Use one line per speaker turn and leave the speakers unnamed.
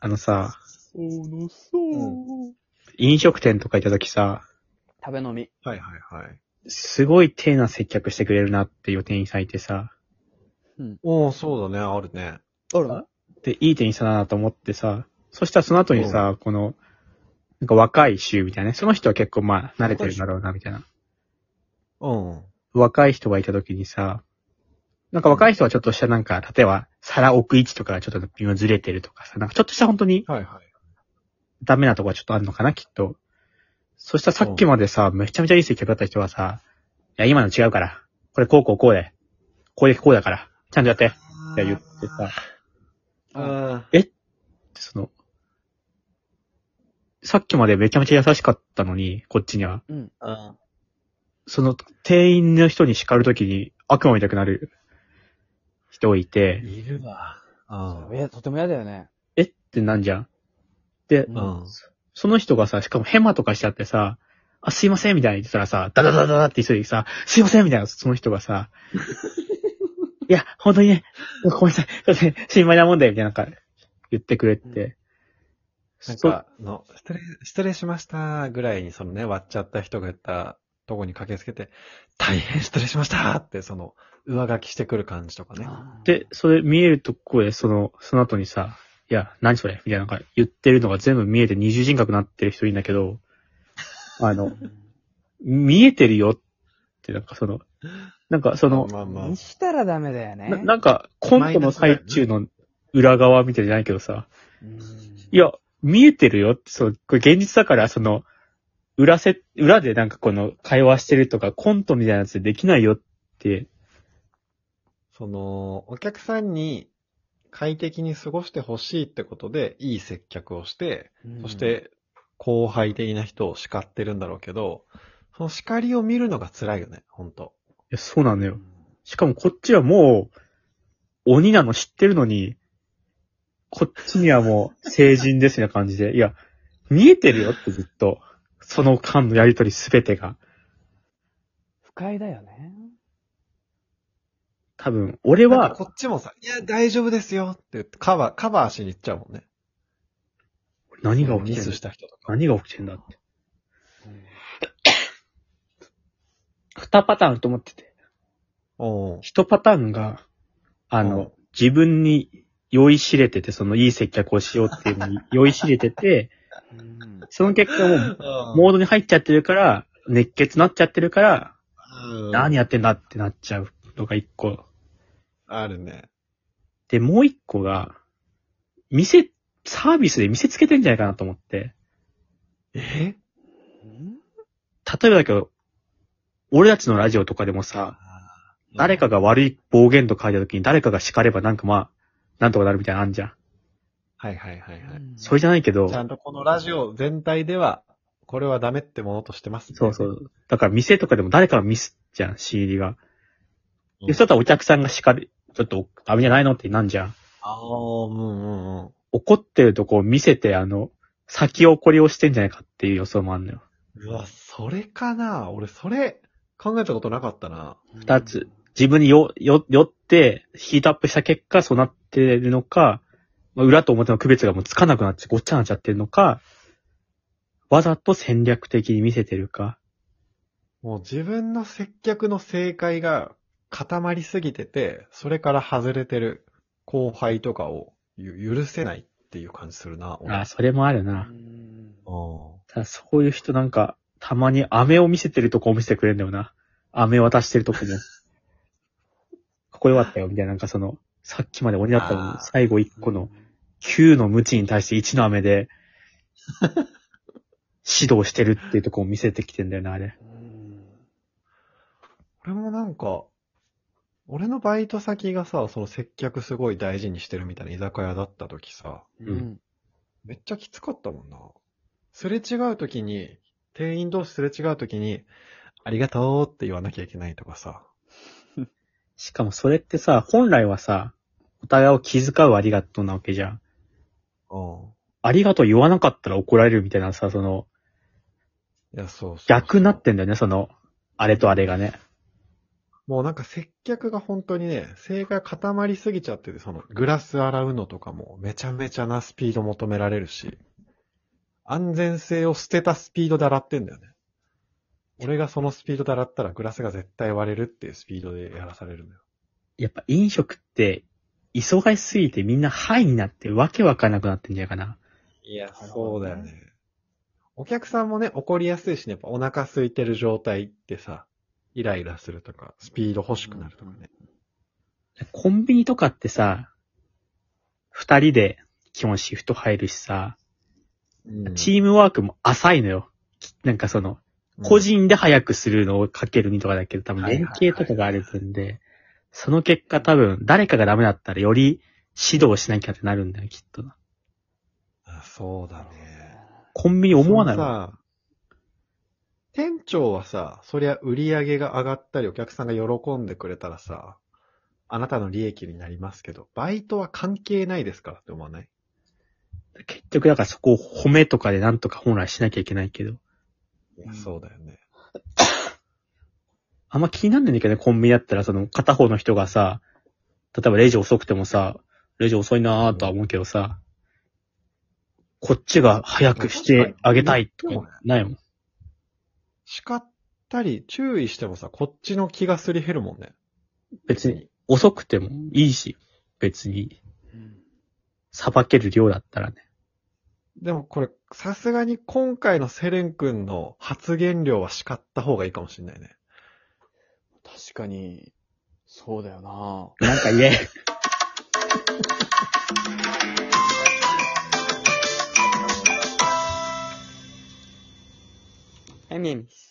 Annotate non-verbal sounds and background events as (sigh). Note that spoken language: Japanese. あのさ、
おのそう。
飲食店とか行った時さ、
食べ飲み。
はいはいはい。
すごい丁寧な接客してくれるなっていう店員さんいてさ、
おー、そうだね、あるね。
ある
で、いい店員さんだなと思ってさ、そしたらその後にさ、この、なんか若い衆みたいなね、その人は結構まあ慣れてるんだろうなみたいな。
うん。
若い人がいた時にさ、なんか若い人はちょっとしたなんか、例えば皿置く位置とかがちょっと微妙にずれてるとかさ、なんかちょっとした本当に
はいはい。
ダメなとこはちょっとあるのかな、きっと。そしたらさっきまでさ、めちゃめちゃいい接客だった人はさ、いや、今の違うから。これこうこうこうで。これこうだから。ちゃんとやって。って
い
言ってさ、
あ
その、さっきまでめちゃめちゃ優しかったのに、こっちには。
うん。
あ。
その、店員の人に叱るときに悪魔みたくなる人いて、
いるわ。
いや、とても嫌だよね。
えってなんじゃん。で、
う
うん。うん。
その人がさ、しかもヘマとかしちゃってさ、あ、すいません、みたいに言ってたらさ、ダダダダダって急いでさ、すいません、みたいな、その人が
(laughs)
さ、いや、本当にね、ごめんなさい、そうですね、心配なもんだよ、みたいな、なんか、言ってくれて。
なん
そ
か、あの、失礼、失礼しましたぐらいに、そのね、割っちゃった人がやったとこに駆けつけて、大変失礼しましたって、その、上書きしてくる感じとかね。
あー、
で、それ見えるとこで、その、その後にさ、いや、何それみたいな、なんか、言ってるのが全部見えて二重人格になってる人いるんだけど、あ
(laughs)
の、見えてるよって、なんかその、なんかその、
まあまあ
に。したらダメだよね。
ななんか、コントの最中の裏側みたいじゃないけどさ、
うん
いや、見えてるよって、そう、これ現実だから、その、裏せ、裏でなんかこの会話してるとか、コントみたいなやつできないよって、
その、お客さんに快適に過ごしてほしいってことで、いい接客をして、そし、て、後輩的な人を叱ってるんだろうけど、その叱りを見るのが辛いよね、ほんと。
いや、そうなの
う
よ。
ん
しかもこっちはもう、鬼なの知ってるのに、こっちにはもう、成人ですね、感じで。いや、見えてるよってずっと。その間のやりとりすべてが。
不快だよね。
多分、俺
では、
は、
こっちもさ、いや、大丈夫ですよって言って、カバー、カバーしに行っちゃうもんね。
何が起
ミ
きて
ス
る
した人とか。
何が起きてんだって。二パターンあると思ってて。
おう
一パターンが、あの、
うん
自分に酔いしれてて、そのいい接客をしようっていうの (laughs) に酔いしれてて、
うん
その結果もう、モ
も
ードに入っちゃってるから、熱血なっちゃってるから、
うん、
何やってんだってなっちゃうのが一個。
あるね。
で、もう一個が、店、サービスで見せつけてんじゃないかなと思って。
え
うん
例えばだけど、俺たちのラジオとかでもさ、誰かが悪い暴言と書いた時に誰かが叱ればなんかまあ、なんとかなるみたいなのあんじゃん。
はいはいはいはい。
それじゃないけど
ち、ゃんとこのラジオ全体では、これはダメってものとしてます、
そうそう。だから店とかでも誰かがミスじゃん、仕入りが。
うん
で、そうだったらお客さんが叱る、ちょっとダメじゃないのってなんじゃん。
ああ、うんうんうん。
怒ってるとこを見せて、あの、先怒りをしてんじゃないかっていう予想もあんのよ。
うわ、それかな俺、それ、考えたことなかったな。
二つ。自分によ、よ、よって、ヒートアップした結果、そうなってるのか、まあ裏と表の区別がもうつかなくなって、ごっちゃになっちゃってるのか、わざと戦略的に見せてるか。
もう自分の接客の正解が固まりすぎてて、それから外れてる後輩とかをゆ許せないっていう感じするな、俺
あ、それもある
う
な。
ん
うん
ただそういう人なんか、たまに飴を見せてるとこを見せてくれるんだよな。飴渡してるとこも。ここよかったよ、みたいな。なんかその、さっきまで鬼だったのに
あー、
最後1個の、9の無知に対して1の飴で、指導してるっていうとこを見せてきてんだよな、あれ。
うん
俺もなんか、俺のバイト先がさ、その接客すごい大事にしてるみたいな居酒屋だった時さ、
う
うんん。
めっちゃきつかったもんな。すれ違う時に、店員同士すれ違う時に、ありがとうって言わなきゃいけないとかさ。
しかもそれってさ、本来はさ、お互いを気遣うありがとうなわけじゃん。
うん。
ありがとう言わなかったら怒られるみたいなさ、その、
いや、そうそうそう
逆になってんだよね、その、あれとあれがね。
もうなんか接客が本当にね、性が固まりすぎちゃってて、そのグラス洗うのとかもめちゃめちゃなスピード求められるし、安全性を捨てたスピードで洗ってんだよね。俺がそのスピードで洗ったらグラスが絶対割れるっていうスピードでやらされるんだよ。
やっぱ飲食って、忙しすぎてみんなハイになってわけわかんなくなってんじゃないかな。
いや
そうだよね。
お客さんもね、怒りやすいしね、やっぱお腹空いてる状態ってさ、イライラするとか、スピード欲しくなるとかね。
コンビニとかってさ、二人で基本シフト入るしさ、
うん
チームワークも浅いのよ。きなんかその、個人で早くするのをかける2とかだけど、多分
はいはい
連
はい
携とかがあるんで、その結果多分誰かがダメだったらより指導しなきゃってなるんだよ、きっと。
あそうだろうね。
コンビニ思わない
その
の
さ店長はさ、そりゃ売り上げが上がったり、お客さんが喜んでくれたらさ、あなたの利益になりますけど、バイトは関係ないですからって思わない
結局だからそこを褒めとかでなんとか本来しなきゃいけないけど、
い
うん
そうだよね。
あんま気になんないんだけどね、コンビニだったらその片方の人がさ、例えばレジ遅くてもさ、レジ遅いなーとは思うけどさ、こっちが早くしてあげたいとかないもん。
叱ったり、注意してもさ、こっちの気がすり減るもんね。
別に。遅くてもいいし、別に、
うん
裁ける量だったらね。
でもこれ、さすがに今回のセレン君の発言量は叱った方がいいかもしれないね。
確かに、そうだよな
なんか言え。
はい、みえみです。